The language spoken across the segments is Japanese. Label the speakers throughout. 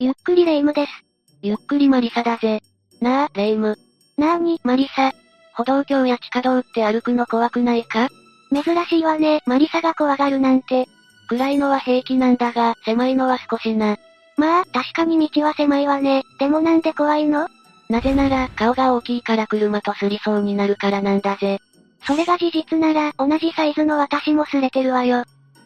Speaker 1: ゆっくりレ夢ムです。
Speaker 2: ゆっくりマリサだぜ。なあ、レ夢ム。
Speaker 1: なーに、
Speaker 2: マリサ。歩道橋や地下道って歩くの怖くないか
Speaker 1: 珍しいわね、マリサが怖がるなんて。
Speaker 2: 暗いのは平気なんだが、狭いのは少しな。
Speaker 1: まあ、確かに道は狭いわね。でもなんで怖いの
Speaker 2: なぜなら、顔が大きいから車とすりそうになるからなんだぜ。
Speaker 1: それが事実なら、同じサイズの私もすれてるわよ。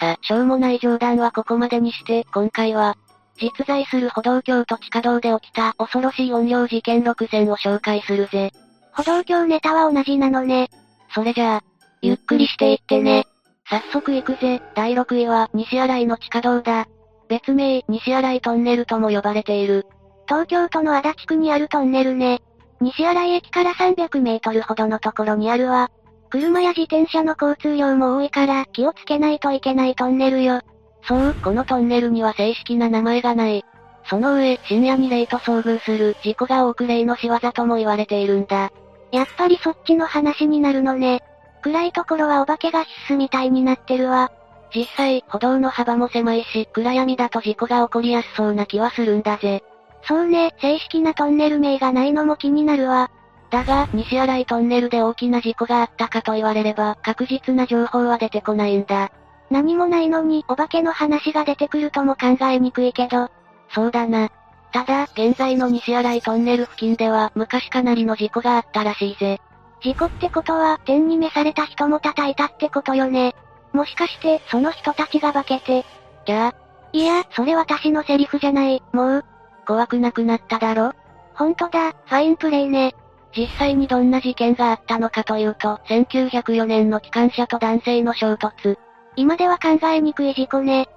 Speaker 2: さ、しょうもない冗談はここまでにして、今回は、実在する歩道橋と地下道で起きた恐ろしい音量事件6選を紹介するぜ。
Speaker 1: 歩道橋ネタは同じなのね。
Speaker 2: それじゃあ、ゆっくりしていってね。早速行くぜ。第6位は、西新井の地下道だ。別名、西新井トンネルとも呼ばれている。
Speaker 1: 東京都の足立区にあるトンネルね。西新井駅から300メートルほどのところにあるわ。車や自転車の交通量も多いから気をつけないといけないトンネルよ。
Speaker 2: そう、このトンネルには正式な名前がない。その上、深夜に霊と遭遇する事故が多く霊の仕業とも言われているんだ。
Speaker 1: やっぱりそっちの話になるのね。暗いところはお化けが必須みたいになってるわ。
Speaker 2: 実際、歩道の幅も狭いし、暗闇だと事故が起こりやすそうな気はするんだぜ。
Speaker 1: そうね、正式なトンネル名がないのも気になるわ。
Speaker 2: だが、西新井トンネルで大きな事故があったかと言われれば、確実な情報は出てこないんだ。
Speaker 1: 何もないのにお化けの話が出てくるとも考えにくいけど、
Speaker 2: そうだな。ただ、現在の西新井トンネル付近では、昔かなりの事故があったらしいぜ。
Speaker 1: 事故ってことは天に召された人も叩いたってことよね。もしかしてその人たちが化けて、
Speaker 2: じゃあ、
Speaker 1: いや、それ私のセリフじゃない、もう、
Speaker 2: 怖くなくなっただろ
Speaker 1: ほんとだ、ファインプレイね。
Speaker 2: 実際にどんな事件があったのかというと、1904年の機関車と男性の衝突。
Speaker 1: 今では考えにくい事故ね。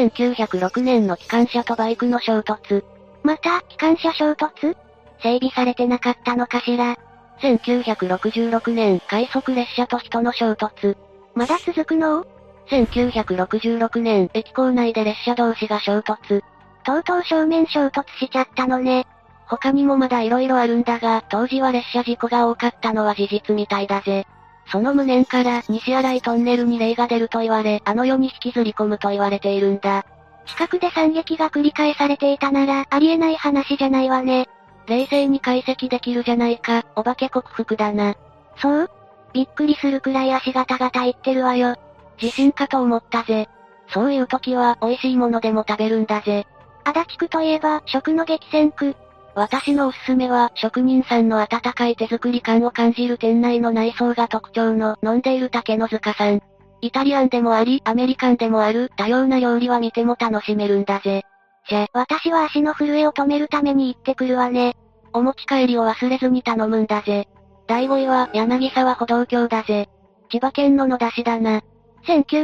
Speaker 2: 1906年の機関車とバイクの衝突。
Speaker 1: また、機関車衝突
Speaker 2: 整備されてなかったのかしら。1966年、快速列車と人の衝突。
Speaker 1: まだ続くの
Speaker 2: 1966年、駅構内で列車同士が衝突。
Speaker 1: とうとう正面衝突しちゃったのね。
Speaker 2: 他にもまだ色々あるんだが、当時は列車事故が多かったのは事実みたいだぜ。その無念から、西新井トンネルに霊が出ると言われ、あの世に引きずり込むと言われているんだ。
Speaker 1: 近くで惨劇が繰り返されていたなら、ありえない話じゃないわね。
Speaker 2: 冷静に解析できるじゃないか、お化け克服だな。
Speaker 1: そうびっくりするくらい足がタガタ言ってるわよ。
Speaker 2: 地震かと思ったぜ。そういう時は、美味しいものでも食べるんだぜ。
Speaker 1: 足立区といえば、食の激戦区。
Speaker 2: 私のおすすめは、職人さんの温かい手作り感を感じる店内の内装が特徴の、飲んでいる竹の塚さん。イタリアンでもあり、アメリカンでもある、多様な料理は見ても楽しめるんだぜ。
Speaker 1: 私は足の震えを止めるために行ってくるわね。
Speaker 2: お持ち帰りを忘れずに頼むんだぜ。第5位は、柳沢歩道橋だぜ。千葉県の野田市だな。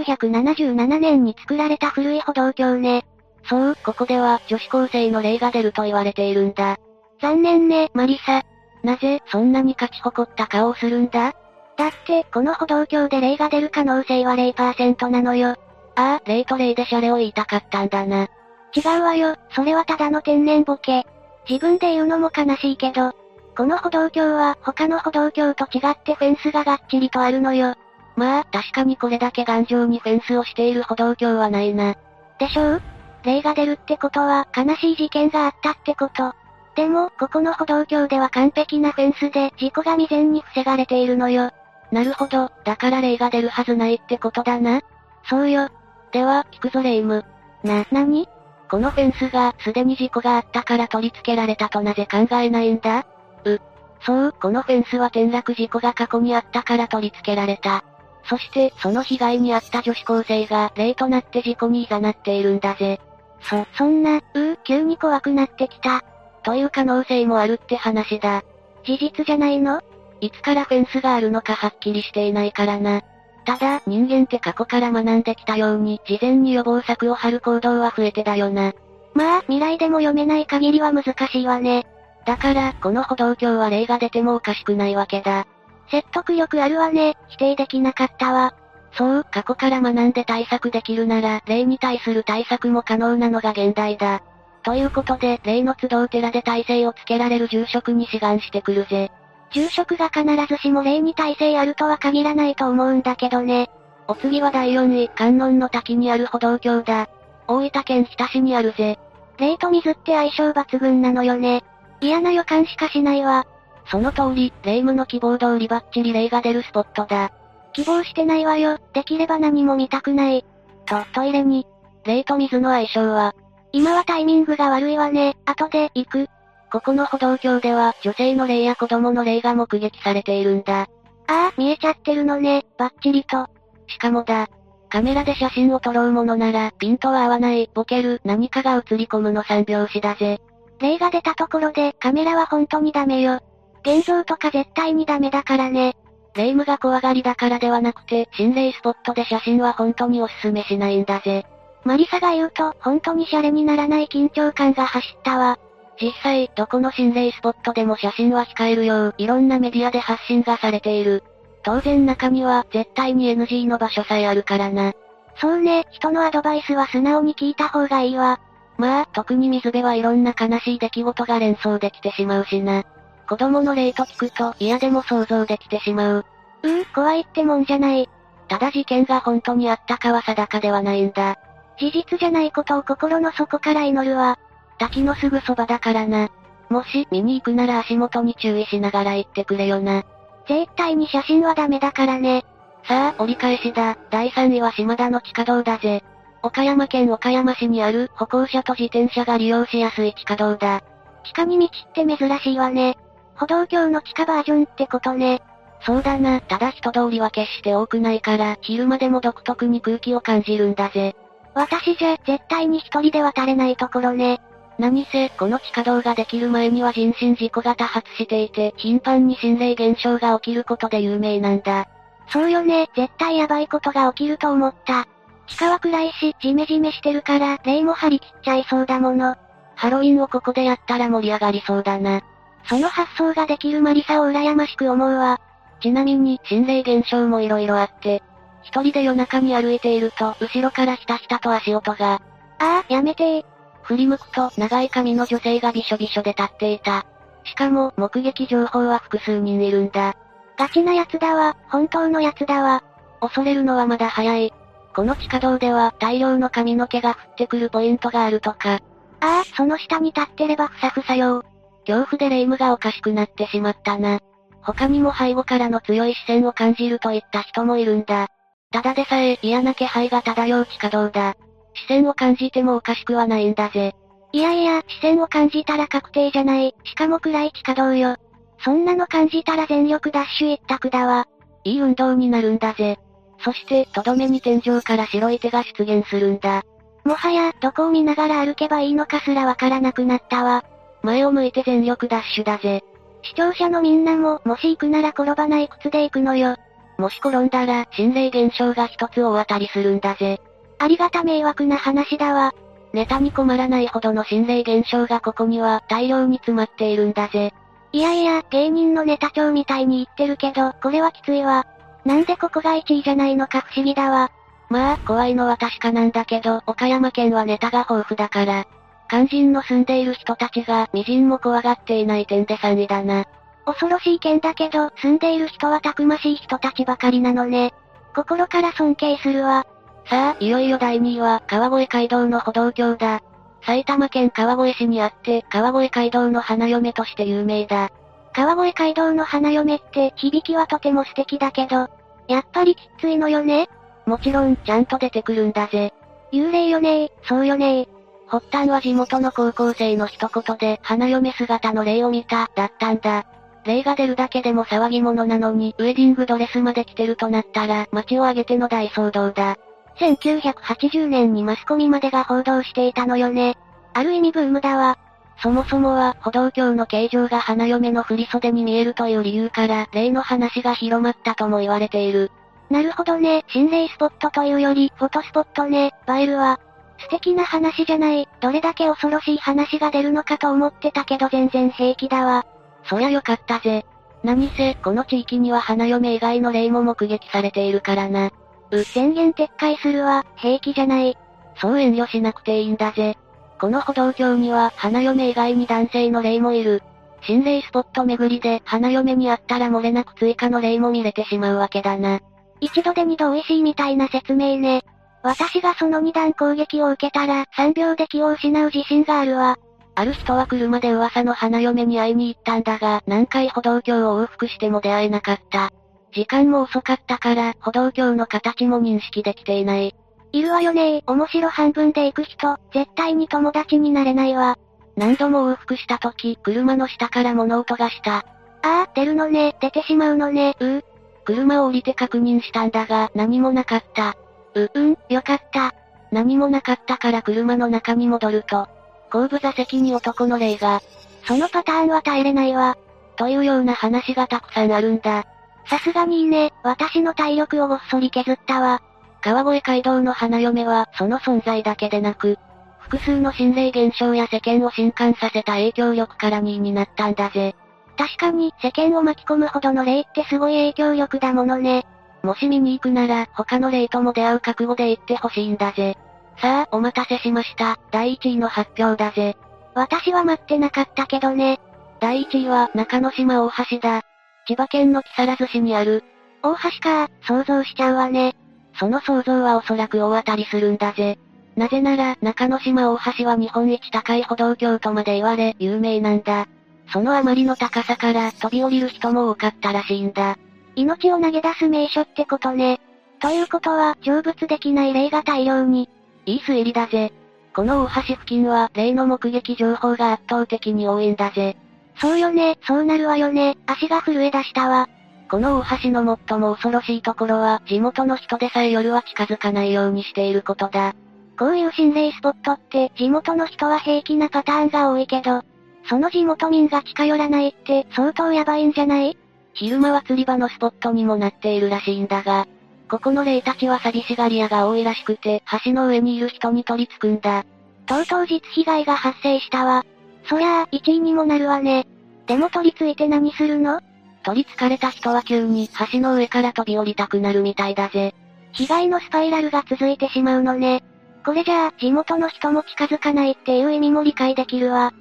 Speaker 1: 1977年に作られた古い歩道橋ね。
Speaker 2: そう、ここでは、女子高生の霊が出ると言われているんだ。
Speaker 1: 残念ね、マリサ。
Speaker 2: なぜ、そんなに勝ち誇った顔をするんだ
Speaker 1: だって、この歩道橋で霊が出る可能性は0%なのよ。
Speaker 2: ああ、霊と霊でシャレを言いたかったんだな。
Speaker 1: 違うわよ、それはただの天然ボケ。自分で言うのも悲しいけど、この歩道橋は他の歩道橋と違ってフェンスががっちりとあるのよ。
Speaker 2: まあ、確かにこれだけ頑丈にフェンスをしている歩道橋はないな。
Speaker 1: でしょう霊が出るってことは悲しい事件があったってこと。でも、ここの歩道橋では完璧なフェンスで事故が未然に防がれているのよ。
Speaker 2: なるほど、だから霊が出るはずないってことだな。
Speaker 1: そうよ。
Speaker 2: では、聞くぞ霊夢。
Speaker 1: な、なに
Speaker 2: このフェンスが、すでに事故があったから取り付けられたとなぜ考えないんだう。そう、このフェンスは転落事故が過去にあったから取り付けられた。そして、その被害に遭った女子高生が、霊となって事故に誘っているんだぜ。
Speaker 1: そ、そんな、うー、急に怖くなってきた。
Speaker 2: という可能性もあるって話だ。
Speaker 1: 事実じゃないの
Speaker 2: いつからフェンスがあるのかはっきりしていないからな。ただ、人間って過去から学んできたように、事前に予防策を張る行動は増えてだよな。
Speaker 1: まあ、未来でも読めない限りは難しいわね。
Speaker 2: だから、この歩道橋は例が出てもおかしくないわけだ。
Speaker 1: 説得力あるわね、否定できなかったわ。
Speaker 2: そう、過去から学んで対策できるなら、霊に対する対策も可能なのが現代だ。ということで、霊の集う寺で体勢をつけられる住職に志願してくるぜ。
Speaker 1: 住職が必ずしも霊に耐性あるとは限らないと思うんだけどね。
Speaker 2: お次は第4位、観音の滝にある歩道橋だ。大分県日田市にあるぜ。
Speaker 1: 霊と水って相性抜群なのよね。嫌な予感しかしないわ。
Speaker 2: その通り、霊夢の希望通りバッチリ霊が出るスポットだ。
Speaker 1: 希望してないわよ。できれば何も見たくない。
Speaker 2: と、トイレに。霊と水の相性は、
Speaker 1: 今はタイミングが悪いわね。後で、行く。
Speaker 2: ここの歩道橋では、女性の霊や子供の霊が目撃されているんだ。
Speaker 1: ああ、見えちゃってるのね。バッチリと。
Speaker 2: しかもだ。カメラで写真を撮ろうものなら、ピントは合わない、ボケる、何かが映り込むの三拍子だぜ。
Speaker 1: 霊が出たところで、カメラは本当にダメよ。現像とか絶対にダメだからね。
Speaker 2: 霊夢が怖がりだからではなくて、心霊スポットで写真は本当におすすめしないんだぜ。
Speaker 1: マリサが言うと、本当にシャレにならない緊張感が走ったわ。
Speaker 2: 実際、どこの心霊スポットでも写真は控えるよう、いろんなメディアで発信がされている。当然中には、絶対に NG の場所さえあるからな。
Speaker 1: そうね、人のアドバイスは素直に聞いた方がいいわ。
Speaker 2: まあ、特に水辺はいろんな悲しい出来事が連想できてしまうしな。子供の霊と聞くと、嫌でも想像できてしまう。
Speaker 1: うー、怖いってもんじゃない。
Speaker 2: ただ事件が本当にあったかは定かではないんだ。
Speaker 1: 事実じゃないことを心の底から祈るわ。
Speaker 2: 滝のすぐそばだからな。もし見に行くなら足元に注意しながら行ってくれよな。
Speaker 1: 絶対に写真はダメだからね。
Speaker 2: さあ、折り返しだ。第3位は島田の地下道だぜ。岡山県岡山市にある歩行者と自転車が利用しやすい地下道だ。
Speaker 1: 地下に道って珍しいわね。歩道橋の地下バージョンってことね。
Speaker 2: そうだな、ただ人通りは決して多くないから、昼間でも独特に空気を感じるんだぜ。
Speaker 1: 私じゃ、絶対に一人で渡れないところね。
Speaker 2: 何せ、この地下道ができる前には人身事故が多発していて、頻繁に心霊現象が起きることで有名なんだ。
Speaker 1: そうよね、絶対やばいことが起きると思った。地下は暗いし、ジメジメしてるから、霊も張り切っちゃいそうだもの。
Speaker 2: ハロウィンをここでやったら盛り上がりそうだな。
Speaker 1: その発想ができるマリサを羨ましく思うわ。
Speaker 2: ちなみに、心霊現象も色々あって、一人で夜中に歩いていると、後ろからひたひたと足音が。
Speaker 1: ああ、やめてー。
Speaker 2: 振り向くと、長い髪の女性がびしょびしょで立っていた。しかも、目撃情報は複数人いるんだ。
Speaker 1: ガチな奴だわ、本当の奴だわ。
Speaker 2: 恐れるのはまだ早い。この地下道では、大量の髪の毛が降ってくるポイントがあるとか。
Speaker 1: ああ、その下に立ってればふさふさよ。
Speaker 2: 恐怖で霊夢がおかしくなってしまったな。他にも背後からの強い視線を感じるといった人もいるんだ。ただでさえ嫌な気配が漂う地下道だ。視線を感じてもおかしくはないんだぜ。
Speaker 1: いやいや、視線を感じたら確定じゃない。しかも暗い地下道よ。そんなの感じたら全力ダッシュ一択だわ。
Speaker 2: いい運動になるんだぜ。そして、とどめに天井から白い手が出現するんだ。
Speaker 1: もはや、どこを見ながら歩けばいいのかすらわからなくなったわ。
Speaker 2: 前を向いて全力ダッシュだぜ。
Speaker 1: 視聴者のみんなも、もし行くなら転ばない靴で行くのよ。
Speaker 2: もし転んだら、心霊現象が一つ大当たりするんだぜ。
Speaker 1: ありがた迷惑な話だわ。
Speaker 2: ネタに困らないほどの心霊現象がここには大量に詰まっているんだぜ。
Speaker 1: いやいや、芸人のネタ帳みたいに言ってるけど、これはきついわ。なんでここが1位じゃないのか不思議だわ。
Speaker 2: まあ、怖いのは確かなんだけど、岡山県はネタが豊富だから。肝心の住んでいる人たちが、微塵も怖がっていない点で3位だな。
Speaker 1: 恐ろしい県だけど、住んでいる人はたくましい人たちばかりなのね。心から尊敬するわ。
Speaker 2: さあ、いよいよ第2位は、川越街道の歩道橋だ。埼玉県川越市にあって、川越街道の花嫁として有名だ。
Speaker 1: 川越街道の花嫁って、響きはとても素敵だけど、やっぱりきっついのよね。
Speaker 2: もちろん、ちゃんと出てくるんだぜ。
Speaker 1: 幽霊よねー、そうよねー。
Speaker 2: 発端は地元の高校生の一言で、花嫁姿の霊を見た、だったんだ。霊が出るだけでも騒ぎ者なのに、ウェディングドレスまで着てるとなったら、街を挙げての大騒動だ。
Speaker 1: 1980年にマスコミまでが報道していたのよね。ある意味ブームだわ。
Speaker 2: そもそもは、歩道橋の形状が花嫁の振袖に見えるという理由から、霊の話が広まったとも言われている。
Speaker 1: なるほどね、心霊スポットというより、フォトスポットね、映えるわ。素敵な話じゃない、どれだけ恐ろしい話が出るのかと思ってたけど全然平気だわ。
Speaker 2: そりゃよかったぜ。何せ、この地域には花嫁以外の霊も目撃されているからな。
Speaker 1: う、宣言撤回するわ、平気じゃない。
Speaker 2: そう遠慮しなくていいんだぜ。この歩道橋には、花嫁以外に男性の霊もいる。心霊スポット巡りで、花嫁に会ったら漏れなく追加の霊も見れてしまうわけだな。
Speaker 1: 一度で二度美味しいみたいな説明ね。私がその2段攻撃を受けたら、3秒で気を失う自信があるわ。
Speaker 2: ある人は車で噂の花嫁に会いに行ったんだが、何回歩道橋を往復しても出会えなかった。時間も遅かったから、歩道橋の形も認識できていない。
Speaker 1: いるわよね面白半分で行く人、絶対に友達になれないわ。
Speaker 2: 何度も往復した時、車の下から物音がした。
Speaker 1: ああ、出るのね、出てしまうのね。
Speaker 2: うう。車を降りて確認したんだが、何もなかった。
Speaker 1: う、うん、よかった。
Speaker 2: 何もなかったから車の中に戻ると、後部座席に男の霊が、
Speaker 1: そのパターンは耐えれないわ。
Speaker 2: というような話がたくさんあるんだ。
Speaker 1: さすがにいいね、私の体力をごっそり削ったわ。
Speaker 2: 川越街道の花嫁は、その存在だけでなく、複数の心霊現象や世間を震撼させた影響力から2位になったんだぜ。
Speaker 1: 確かに、世間を巻き込むほどの霊ってすごい影響力だものね。
Speaker 2: もし見に行くなら、他の霊とも出会う覚悟で行ってほしいんだぜ。さあ、お待たせしました。第1位の発表だぜ。
Speaker 1: 私は待ってなかったけどね。
Speaker 2: 第1位は、中之島大橋だ。千葉県の木更津市にある。
Speaker 1: 大橋か、想像しちゃうわね。
Speaker 2: その想像はおそらく大当たりするんだぜ。なぜなら、中之島大橋は日本一高い歩道橋とまで言われ、有名なんだ。そのあまりの高さから、飛び降りる人も多かったらしいんだ。
Speaker 1: 命を投げ出す名所ってことね。ということは、成仏できない霊が大量に。
Speaker 2: いい推理だぜ。この大橋付近は、霊の目撃情報が圧倒的に多いんだぜ。
Speaker 1: そうよね、そうなるわよね、足が震え出したわ。
Speaker 2: この大橋の最も恐ろしいところは、地元の人でさえ夜は近づかないようにしていることだ。
Speaker 1: こういう心霊スポットって、地元の人は平気なパターンが多いけど、その地元民が近寄らないって、相当やばいんじゃない
Speaker 2: 昼間は釣り場のスポットにもなっているらしいんだが、ここの霊たちは寂しがり屋が多いらしくて、橋の上にいる人に取り付くんだ。
Speaker 1: とうとう実被害が発生したわ。そりゃあ、1位にもなるわね。でも取り付いて何するの
Speaker 2: 取り付かれた人は急に橋の上から飛び降りたくなるみたいだぜ。
Speaker 1: 被害のスパイラルが続いてしまうのね。これじゃあ、地元の人も近づかないっていう意味も理解できるわ。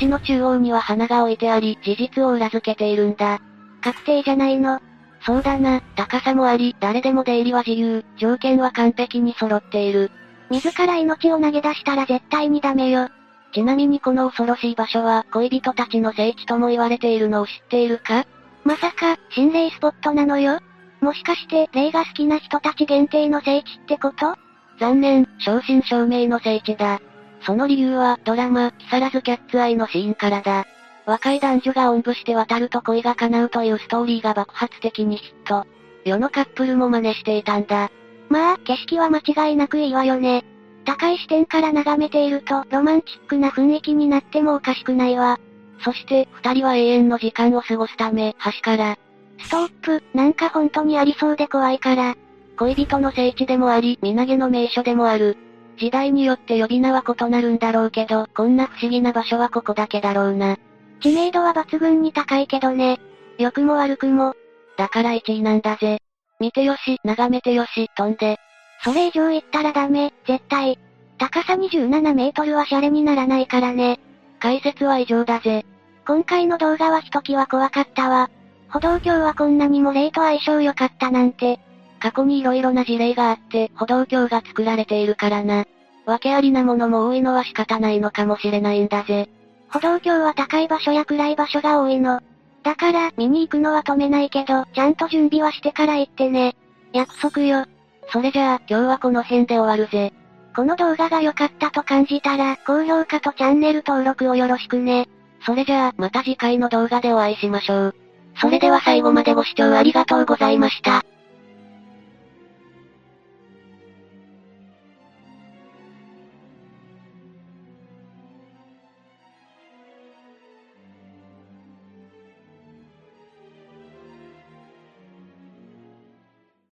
Speaker 2: 橋の中央には花が置いてあり、事実を裏付けているんだ。
Speaker 1: 確定じゃないの。
Speaker 2: そうだな、高さもあり、誰でも出入りは自由、条件は完璧に揃っている。
Speaker 1: 自ら命を投げ出したら絶対にダメよ。
Speaker 2: ちなみにこの恐ろしい場所は恋人たちの聖地とも言われているのを知っているか
Speaker 1: まさか、心霊スポットなのよもしかして、霊が好きな人たち限定の聖地ってこと
Speaker 2: 残念、正真正銘の聖地だ。その理由は、ドラマ、木更津キャッツアイのシーンからだ。若い男女がおんぶして渡ると恋が叶うというストーリーが爆発的にヒット。世のカップルも真似していたんだ。
Speaker 1: まあ、景色は間違いなくいいわよね。高い視点から眺めていると、ロマンチックな雰囲気になってもおかしくないわ。
Speaker 2: そして、二人は永遠の時間を過ごすため、橋から。
Speaker 1: ストップ、なんか本当にありそうで怖いから。
Speaker 2: 恋人の聖地でもあり、身投げの名所でもある。時代によって呼び名は異なるんだろうけど、こんな不思議な場所はここだけだろうな。
Speaker 1: 知名度は抜群に高いけどね。良くも悪くも。
Speaker 2: だから1位なんだぜ。見てよし、眺めてよし、飛んで。
Speaker 1: それ以上行ったらダメ、絶対。高さ27メートルはシャレにならないからね。
Speaker 2: 解説は以上だぜ。
Speaker 1: 今回の動画はひときわ怖かったわ。歩道橋はこんなにも霊と相性良かったなんて。
Speaker 2: 過去に色々な事例があって、歩道橋が作られているからな。訳ありなものも多いのは仕方ないのかもしれないんだぜ。
Speaker 1: 歩道橋は高い場所や暗い場所が多いの。だから、見に行くのは止めないけど、ちゃんと準備はしてから行ってね。約束よ。
Speaker 2: それじゃあ、今日はこの辺で終わるぜ。
Speaker 1: この動画が良かったと感じたら、高評価とチャンネル登録をよろしくね。
Speaker 2: それじゃあ、また次回の動画でお会いしましょう。
Speaker 1: それでは最後までご視聴ありがとうございました。